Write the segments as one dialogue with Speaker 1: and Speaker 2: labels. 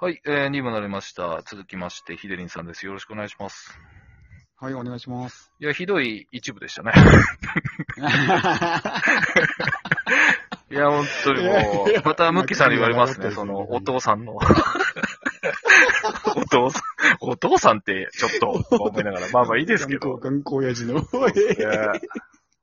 Speaker 1: はい、えー、2もなれました。続きまして、ヒデリンさんです。よろしくお願いします。
Speaker 2: はい、お願いし ます。
Speaker 1: いや、ひどい一部で したね。いや、本当にも
Speaker 2: いや
Speaker 1: う、またムッキーさんに言われます
Speaker 2: ま
Speaker 1: ね、
Speaker 2: あ
Speaker 1: そ
Speaker 2: まあ
Speaker 1: の、お父さんの。 お父さん、お父さんって、ちょっと、思いながら、まあまあいいですけど、
Speaker 2: 頑固親父の。
Speaker 1: いや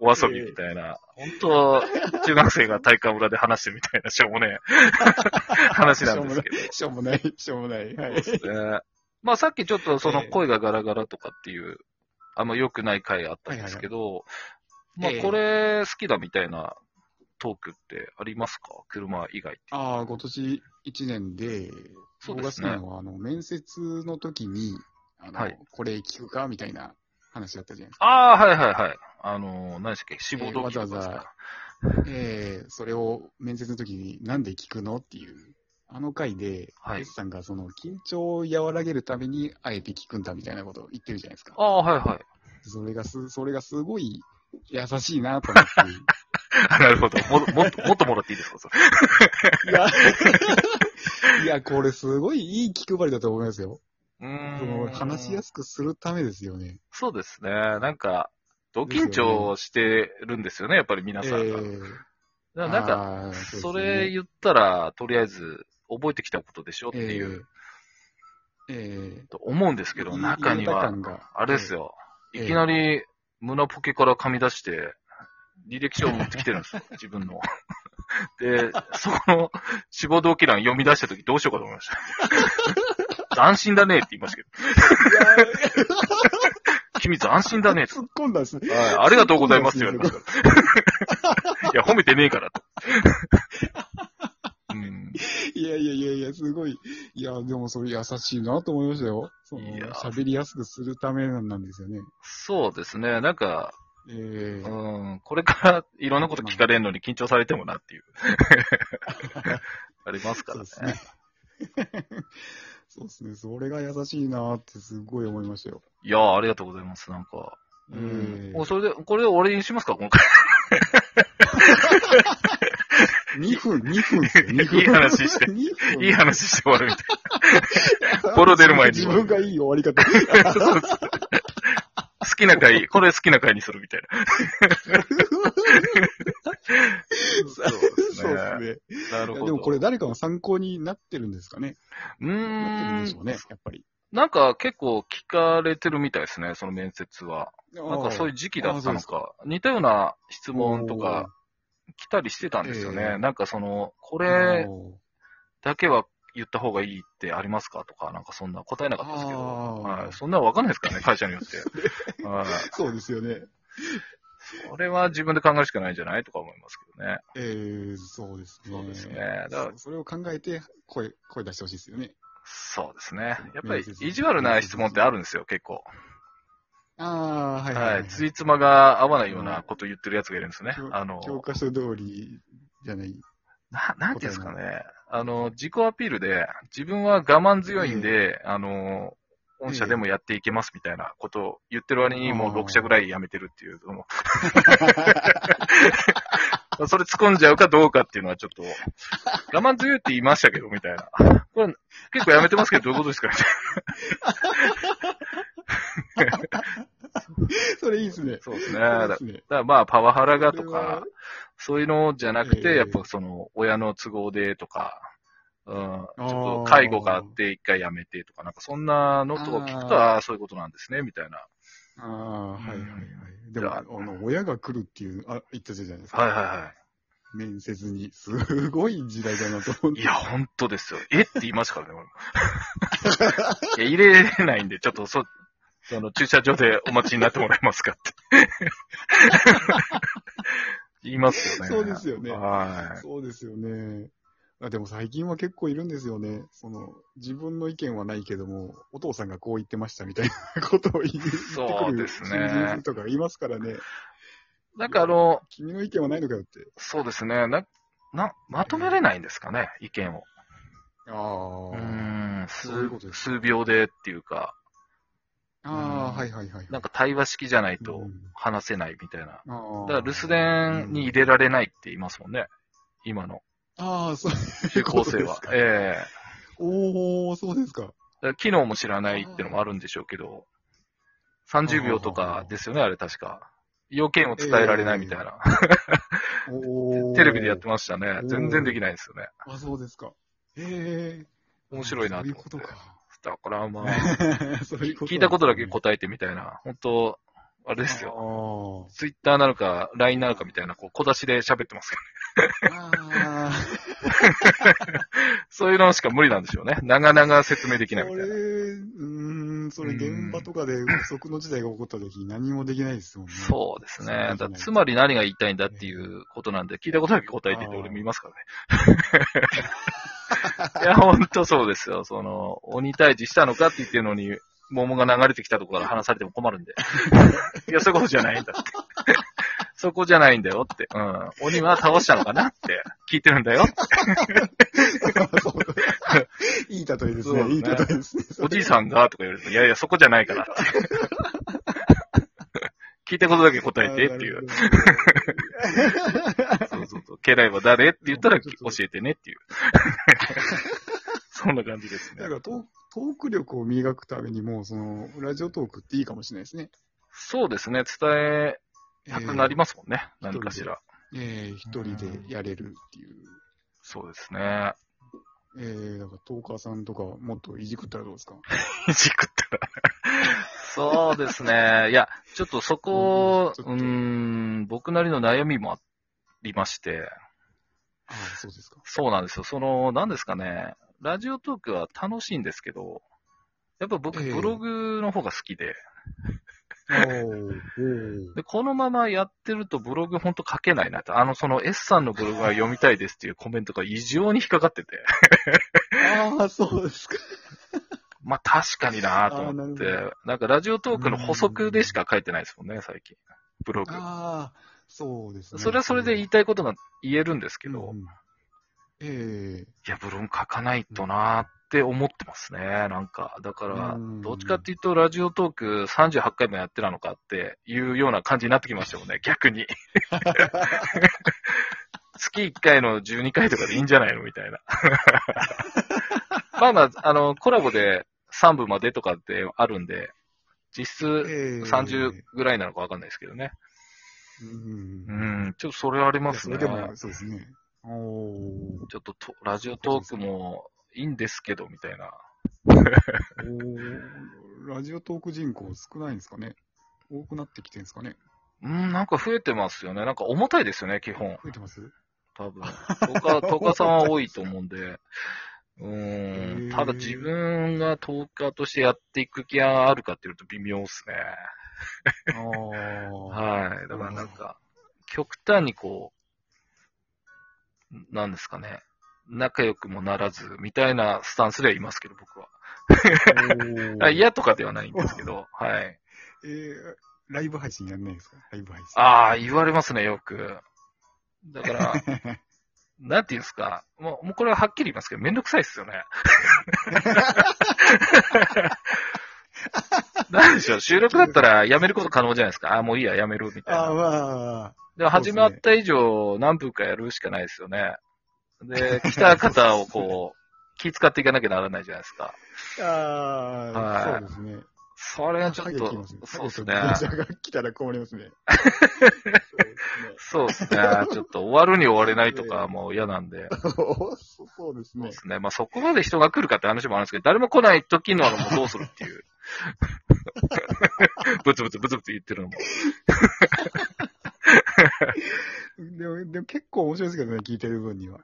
Speaker 1: お遊びみたいな、本当、中学生が体育館裏で話してるみたいな、しょうも ねえ話なんですけど。
Speaker 2: しょうもない、しょうもない。はい。
Speaker 1: ねまあさっきちょっとその声がガラガラとかっていう、あんま良くない回あったんですけど、
Speaker 2: はいはい
Speaker 1: まあこれ好きだみたいなトークってありますか車以外って。
Speaker 2: ああ、今年1年で、
Speaker 1: そう
Speaker 2: 僕
Speaker 1: で
Speaker 2: が
Speaker 1: す
Speaker 2: 好き
Speaker 1: ね
Speaker 2: なのは、あの、面接の時に、あの、
Speaker 1: はい
Speaker 2: これ聞くかみたいな話だったじゃないですか。
Speaker 1: ああ、はいはいはい。あのー何でしたっけ志望動機とかです
Speaker 2: えーわざわ
Speaker 1: か、
Speaker 2: ええそれを面接の時になんで聞くのっていう。あの回で、
Speaker 1: はい
Speaker 2: S さんがその緊張を和らげるためにあえて聞くんだみたいなことを言ってるじゃないですか。
Speaker 1: ああ、はいはい。
Speaker 2: それがす、それがすごい優しいなと思って。
Speaker 1: あ なるほど。も、もっと、もっともらっていいですかそれ
Speaker 2: いや、 いや、これすごいいい気配りだと思いますよ。
Speaker 1: う
Speaker 2: その話しや
Speaker 1: す
Speaker 2: すくするためですよね。
Speaker 1: そうですね。なんか、ド緊張してるんですよね、やっぱり皆さんが。だからなんか、
Speaker 2: か
Speaker 1: それ言ったら、とりあえず、覚えてきたことでしょっていう、、
Speaker 2: えーえ
Speaker 1: と思うんですけど、
Speaker 2: い
Speaker 1: 中には
Speaker 2: 言えた感が、
Speaker 1: あれですよ、
Speaker 2: ええ
Speaker 1: いきなり胸ポケから噛み出して、履歴書を持ってきてるん ですよ、自分の。で、そこの志望動機欄読み出したときどうしようかと思いました。 斬新だねって言いましたけど、
Speaker 2: ー、
Speaker 1: 君斬新だねって。
Speaker 2: 突っ込んだんですね。
Speaker 1: はい、ありがとうございますって言われました。いや、褒めてねえ からと。うん
Speaker 2: いやいやいやいや、すごい。いや、でもそれ優しいなと思いましたよ。そ
Speaker 1: い
Speaker 2: の
Speaker 1: や
Speaker 2: 喋りやすくするためなんですよね。
Speaker 1: そうですね。なんか、
Speaker 2: えー
Speaker 1: うん、これからいろんなこと聞かれるのに緊張されてもなって いう。ありますか
Speaker 2: そう
Speaker 1: らね。
Speaker 2: ですね。 そうですね。それが優しいなってすごい思いましたよ。
Speaker 1: いやー、ありがとうございます、なんか。うん
Speaker 2: え。え
Speaker 1: もうそれで、これで終わりにしますか、今回。
Speaker 2: 2分、2分ですよ、2分。
Speaker 1: いい話して
Speaker 2: 二分
Speaker 1: いい話して終わるみたいボロ出る前に
Speaker 2: 自分がいい終わり 方。
Speaker 1: な。そうそう好きな 回、これ好きな回にするみたいな。そうです
Speaker 2: そ
Speaker 1: ね。
Speaker 2: うですね。
Speaker 1: なる
Speaker 2: い
Speaker 1: ほ
Speaker 2: や
Speaker 1: ど。
Speaker 2: でもこれ誰かの参考になってるんですかね。
Speaker 1: う
Speaker 2: なってるん
Speaker 1: ー。
Speaker 2: でしょうんね、やっぱり。
Speaker 1: なんか結構聞かれてるみたいですね、その面接は。
Speaker 2: な
Speaker 1: なんかそういう
Speaker 2: う
Speaker 1: 時期だった
Speaker 2: あーそう
Speaker 1: の
Speaker 2: です
Speaker 1: か。似たような質問とか、来たりしてたんですよね。
Speaker 2: ええ
Speaker 1: なんかその、こ
Speaker 2: こ
Speaker 1: れだけは言った方がいいってありますかとか、なんかそんな答えなかったですけど。はい、そんなのわかんないですからね、会社によ って。はい、
Speaker 2: そうですよね。
Speaker 1: それは自分で考えるしかないんじゃないとか思いますけどね。
Speaker 2: えー、そうですね。
Speaker 1: そうですね。だから
Speaker 2: そうそれを考えて声、声出してほしいですよね。
Speaker 1: そうですね。やっぱり
Speaker 2: 面接
Speaker 1: 意地悪な質問ってあるんですよ、結構。
Speaker 2: ああ、はいはい、
Speaker 1: は
Speaker 2: はい
Speaker 1: い。ついつまが合わないようなこと言ってるやつがいるんですね
Speaker 2: きょ。
Speaker 1: あの、
Speaker 2: 教科書通りじゃない。
Speaker 1: ななんていうんですかね。あの、自己アピールで、自分は我慢強いんで、あの、御社でもやっていけますみたいなことを言ってる割にもう
Speaker 2: あー
Speaker 1: 6社ぐらい辞めてるっていう、その それ突っ込んじゃうかどうかっていうのはちょっと、我慢強いって言いましたけどみたいな。これ結構やめてますけどどういうことですかみたい
Speaker 2: それいいですね
Speaker 1: な。。そうですね。
Speaker 2: そ
Speaker 1: だ
Speaker 2: れいい
Speaker 1: だ
Speaker 2: っすね。
Speaker 1: からまあパワハラがと
Speaker 2: それは
Speaker 1: か、そういうのじゃなくて、
Speaker 2: ええ
Speaker 1: やっぱその親の都合でとか、うん、ちょっと
Speaker 2: あー
Speaker 1: 介護があって一回やめてとか、なんかそんなのとか聞くと、
Speaker 2: あー
Speaker 1: ああー、そういうことなんですね、みたいな。
Speaker 2: ああ、はいはいは
Speaker 1: うん
Speaker 2: い。でも、あの、親が来るっていう、あ、言ったじゃないですか。
Speaker 1: はいはいは
Speaker 2: 面接に。すごい時代だなと思っ
Speaker 1: い。
Speaker 2: て。
Speaker 1: いや、本当ですよ。えって言いますからね、 俺もいや、入れれないんで、ちょっとそ、あの、駐車場でお待ちになってもらえますかって。言いますよね。
Speaker 2: そうですよね
Speaker 1: はい。
Speaker 2: そうですよね。あでも最近は結構いるんですよね。その、自分の意見はないけども、お父さんがこう言ってましたみたいなことを言い言って
Speaker 1: そう
Speaker 2: く
Speaker 1: で
Speaker 2: る
Speaker 1: す
Speaker 2: 新
Speaker 1: ね
Speaker 2: 人とかいますからね。
Speaker 1: なんかあの、
Speaker 2: 君の意見はないのかよって。
Speaker 1: そうですね。な、な、まとめれないんですかね、意見を。
Speaker 2: あ
Speaker 1: う
Speaker 2: あ。
Speaker 1: ーん、
Speaker 2: そういうこと
Speaker 1: 数、
Speaker 2: です
Speaker 1: 数秒でっていうか、
Speaker 2: あ
Speaker 1: うん
Speaker 2: あ、はいはいはい。
Speaker 1: なんか対話式じゃない
Speaker 2: うん
Speaker 1: と話せないみたいな。
Speaker 2: あー
Speaker 1: だから留守電に入れ られないって言いますもんね。今の
Speaker 2: ああ、そういう
Speaker 1: 中
Speaker 2: こ
Speaker 1: 高
Speaker 2: と
Speaker 1: 生
Speaker 2: で
Speaker 1: は
Speaker 2: すか。。
Speaker 1: え
Speaker 2: おー、そうですか。
Speaker 1: だから機能も知らないってのもあるんでしょうけど、30秒とかですよね、あれ確か。要件を伝えられないみたいな。
Speaker 2: おー。
Speaker 1: テレビでやってましたね
Speaker 2: お。ー
Speaker 1: 全然できないんですよね。
Speaker 2: あ、そうですか。へえ。
Speaker 1: 面白いなと
Speaker 2: そうい
Speaker 1: 思
Speaker 2: う
Speaker 1: っ
Speaker 2: こ
Speaker 1: て
Speaker 2: と。か。
Speaker 1: だからまあ、
Speaker 2: そういうこと
Speaker 1: 聞いたことだけ
Speaker 2: こ
Speaker 1: 答えてみたいな。本当あれですよ。
Speaker 2: よ。
Speaker 1: ツイッターなのか、LINE なのかみたいな、こう、小出しで喋ってますけ
Speaker 2: あーあー。
Speaker 1: ど、そういうのしか無理なんでしょうね。長々説明できないみ
Speaker 2: そ
Speaker 1: た
Speaker 2: れ、
Speaker 1: いな。
Speaker 2: うーん、それ現場とかで不測の事態が起こった時何もできないですもんね。
Speaker 1: そうですね。だから
Speaker 2: そうできない
Speaker 1: つまり何が言いたいんだっていうことなんで、聞いたことだけ答えていて、
Speaker 2: あー
Speaker 1: 俺見ます からね。いや、ほんとそうですよ。その、鬼退治したのかって言ってるのに、桃が流れてきたとこから話されても困 るんで。いや、そういうことじゃないんだって。そこじゃないんだよって。うん。鬼は倒したのかなって聞いてるんだよ。
Speaker 2: そう いい例えです
Speaker 1: そう
Speaker 2: ね。
Speaker 1: ね
Speaker 2: いい例えですね。
Speaker 1: おじいさんがとか言われると、いやいや、そこじゃないからって。 聞いたことだけ答えてっていう。
Speaker 2: あー。なる
Speaker 1: そうそうそう。家来は誰って言ったら
Speaker 2: ち
Speaker 1: 教
Speaker 2: ょっと
Speaker 1: えてねっていう。そんな感じです
Speaker 2: ほど
Speaker 1: ね
Speaker 2: だか。らトートーク力を磨くためにも、その、ラジオトークっていいかもしれないですね。
Speaker 1: そうですね。伝えたくなりますもんね。何かしら。
Speaker 2: えー、えー一人でやれるっていう。
Speaker 1: そうですね。
Speaker 2: えー、だからトーカーさんとかもっといじくったらどうですか
Speaker 1: いじくったら。そうですね。いや、ちょっとそこ、
Speaker 2: う
Speaker 1: うん
Speaker 2: ちょっと
Speaker 1: ーん、僕なりの悩みもありまして。
Speaker 2: ああ、そうですか。
Speaker 1: そうなんですよ。その、なんですかね、ラジオトークは楽しいんですけど、やっぱ僕、
Speaker 2: ええ
Speaker 1: ブログの方が好きで、
Speaker 2: おー、おー。
Speaker 1: で、このままやってるとブログほんと書けないなと。あの、その S さんのブログが読みたいですっていうコメントが異常に引っかかってて、
Speaker 2: ああ、そうですか。
Speaker 1: まあ確かになと思って
Speaker 2: あーな、
Speaker 1: なんかラジオトークの補足でしか書いてないですもんね、最近。ブログ。
Speaker 2: ああ、そうですね。
Speaker 1: それはそれで言い
Speaker 2: い
Speaker 1: たいことが言えるんですけど、
Speaker 2: うんえ
Speaker 1: いや、ブログ書かないとなーって思ってますね、なんか。だから
Speaker 2: うん、
Speaker 1: どっちかっていうと、ラジオトーク38回もやってたのかっていうような感じになってきましたもんね、逆に。 月1回の12回とかでいいんじゃないのみたいな。 まあまあ、あの、コラボで3部までとかってあるんで、実質
Speaker 2: えええ
Speaker 1: 30ぐらいなのかわかんないですけどね。
Speaker 2: うん
Speaker 1: う。ん、ちょっとそれあり
Speaker 2: いや
Speaker 1: ます
Speaker 2: そ
Speaker 1: ね
Speaker 2: れ。でも、そうですね。おー
Speaker 1: ちょっととラジオトークもいいんですけど、みたいな。
Speaker 2: おーラジオトーク人口少ないんですかね多くなってきてるんですかね
Speaker 1: うん、なんか増えてますよね。なんか重たいですよね、基本。
Speaker 2: 増えてます
Speaker 1: 多分。トカ、トカさんは多いと思うんで。うー
Speaker 2: へ
Speaker 1: ん。
Speaker 2: ー
Speaker 1: ただ自分がトーカーとしてやっていく気があるかっていうと微妙っすね。
Speaker 2: ああ。
Speaker 1: はい。だからなんか、極端にこう、なんですかね。仲良くもならず、みたいなスタンスではいますけど、僕は。あ
Speaker 2: や。
Speaker 1: 嫌とかではないんですけど、はい。
Speaker 2: えーライブ配信やんないですかライブ配信。
Speaker 1: ああ、言われますね、よく。だ から、なんていうんですか、もう、もうこれははっきり言いますけど、めんどくさいっすよ ね。なんでしょう、収録だったらやめること可能じゃないですか。ああ、もういいや、やめる、みたい
Speaker 2: ああ、
Speaker 1: な。
Speaker 2: まあ。
Speaker 1: で、始まった以上、何分かやるしかないですよね。で、来た方をこ う、気使っていかなきゃならないじゃないですか。
Speaker 2: ああ
Speaker 1: はい
Speaker 2: ー、そうですね。
Speaker 1: それはちょっ
Speaker 2: 影来
Speaker 1: と
Speaker 2: ますね、
Speaker 1: そうですね。
Speaker 2: 影来ます電車が来たら困りますね。
Speaker 1: そうですね。ちょっと終わるに終われないとかもう嫌なんで。
Speaker 2: そうですねそうです
Speaker 1: そう
Speaker 2: ね
Speaker 1: で。すね。まあ、そこまで人が来るかって話もあるんですけど、誰も来ない時のはもうどうするって いう。ブツブツブツブツ言ってるのも。
Speaker 2: でも、でも結構面白いですけどね、聞いてる分には。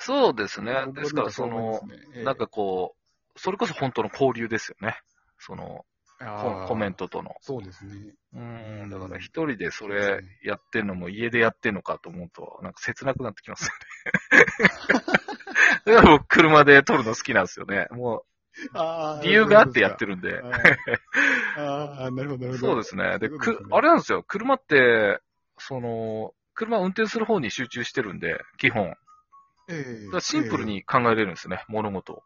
Speaker 1: そうですね。ですから、そ
Speaker 2: 僕なん
Speaker 1: の
Speaker 2: か、そう思いますね、
Speaker 1: なんかこう、それこそ本当の交流ですよね。その、
Speaker 2: ええ
Speaker 1: ココメン。
Speaker 2: あー
Speaker 1: トとの。
Speaker 2: そうですね。
Speaker 1: うん。だか
Speaker 2: うん
Speaker 1: ら一人でそ
Speaker 2: そうで
Speaker 1: れ
Speaker 2: すね
Speaker 1: やってんのも家でやってんのかと思うと、なんか切なくなってきますよ ね。だから僕車で撮るの好きなんですよね。も
Speaker 2: あ
Speaker 1: う
Speaker 2: ー
Speaker 1: 理由があってやってるんで。
Speaker 2: あーあー、なるほど、なるほど。
Speaker 1: そうですね。で、
Speaker 2: そういうこ
Speaker 1: く
Speaker 2: とですね、
Speaker 1: あれなんですよ。車って、その、車を運転する方に集中してるんで、基本。
Speaker 2: ええ
Speaker 1: だからシンプル。
Speaker 2: ええ
Speaker 1: に考えれるんですね、物事を。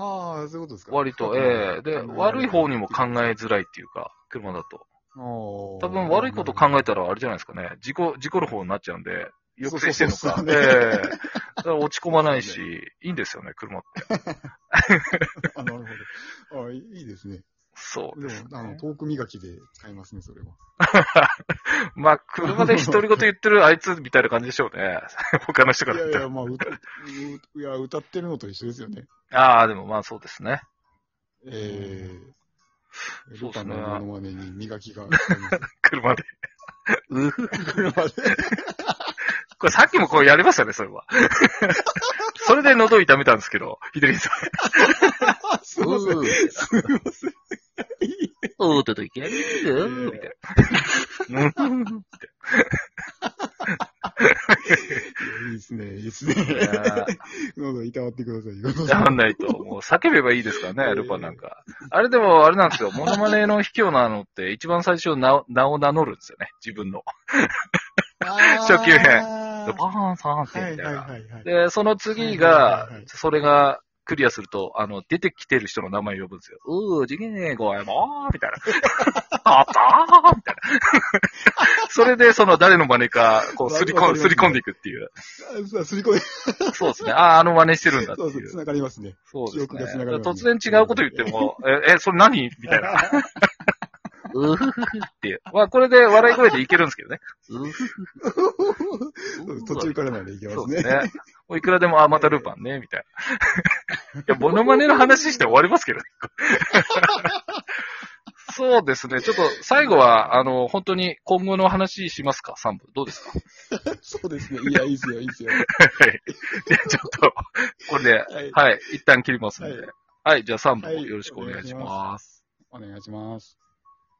Speaker 2: ああ、そういうことですか。
Speaker 1: 割と、ええで、悪い方にも考えづらいっていうか、車だと。
Speaker 2: 多
Speaker 1: 多分悪いこと考えたらあれじゃないですかね、事故、事故る方になっちゃうんで、抑制してるの
Speaker 2: そうそ
Speaker 1: か
Speaker 2: う。
Speaker 1: え
Speaker 2: そう
Speaker 1: え
Speaker 2: そう
Speaker 1: だから落ち込まないし、いいんですよね、車って。
Speaker 2: あ、なるほど。あいいですね。
Speaker 1: そう
Speaker 2: で
Speaker 1: です
Speaker 2: も、あの、
Speaker 1: ね。
Speaker 2: トーク磨きで使いますね、それは。
Speaker 1: まあ、車で独り言言ってるあいつみたいな感じでしょうね。他の人から言っ
Speaker 2: いやい
Speaker 1: たら
Speaker 2: や、まあ、歌、 ういや、歌ってるのと一緒ですよね。
Speaker 1: ああ、でもまあそうですね。
Speaker 2: ええ
Speaker 1: そう
Speaker 2: ル
Speaker 1: っす
Speaker 2: パン
Speaker 1: ね
Speaker 2: のモノマネに 磨きが使い ます。
Speaker 1: 車で。うふ
Speaker 2: 車で。
Speaker 1: これさっきもこうやりましたね、それは。それで喉痛めたんですけど、ひでりさん。
Speaker 2: あ、すいません。すいません。
Speaker 1: おーとといきなり、み
Speaker 2: ー
Speaker 1: たいな。うん
Speaker 2: いいですね、いいですね。
Speaker 1: い やー
Speaker 2: どうぞ、いたわってください。どうぞ
Speaker 1: やんないと、もう叫べばいいですからね、ルパンなんか。あれでも、あれなんですよ、モノマネの卑怯なのって、一番最初名を、名を名乗るんですよね、自分の。 初級編
Speaker 2: あ
Speaker 1: バ
Speaker 2: ー
Speaker 1: ーン、サーンって、
Speaker 2: は
Speaker 1: み
Speaker 2: い
Speaker 1: た
Speaker 2: はいい
Speaker 1: な。
Speaker 2: はいはい。
Speaker 1: で、その次
Speaker 2: はい
Speaker 1: が
Speaker 2: はいはいはい、
Speaker 1: それがクリアすると、あの、出てきてる人の名前呼ぶんですよ。うー、次元英語やもー、みたいな。あったー、みたいな。それで、その誰の真似か、こう、すり
Speaker 2: わか
Speaker 1: こ
Speaker 2: ります
Speaker 1: すり込んでいくっていう。
Speaker 2: あそうすり込み、
Speaker 1: そうですね。ああ、あの真似してるんだって
Speaker 2: そうそ、
Speaker 1: いうう
Speaker 2: つ。ながりますね。
Speaker 1: そうで
Speaker 2: 記
Speaker 1: す
Speaker 2: 憶
Speaker 1: ね
Speaker 2: が繋が。るように
Speaker 1: 突然違うこと言っても、え、え、それ何みたい な。うふふふっていう。まあ、これで笑い声でいけるんですけどね。うふふ
Speaker 2: そう 途中からなんでいけま
Speaker 1: そ
Speaker 2: す
Speaker 1: うで
Speaker 2: ね
Speaker 1: す。ね。もういくらでも、あ、またルパンね、みたい な。いや、モノマネの話して終わりますけどね。そうですね。ちょっと、最後は、あの、本当に今後の話しますか ?3 部。どうですか
Speaker 2: そうですね。いや、いいですよ、いいですよ。
Speaker 1: はい。じゃ あちょっと、これで、
Speaker 2: はい。
Speaker 1: はい、一旦切りますんで。はい、じゃあ3部
Speaker 2: はい
Speaker 1: よろしくお願いします。
Speaker 2: お願いします。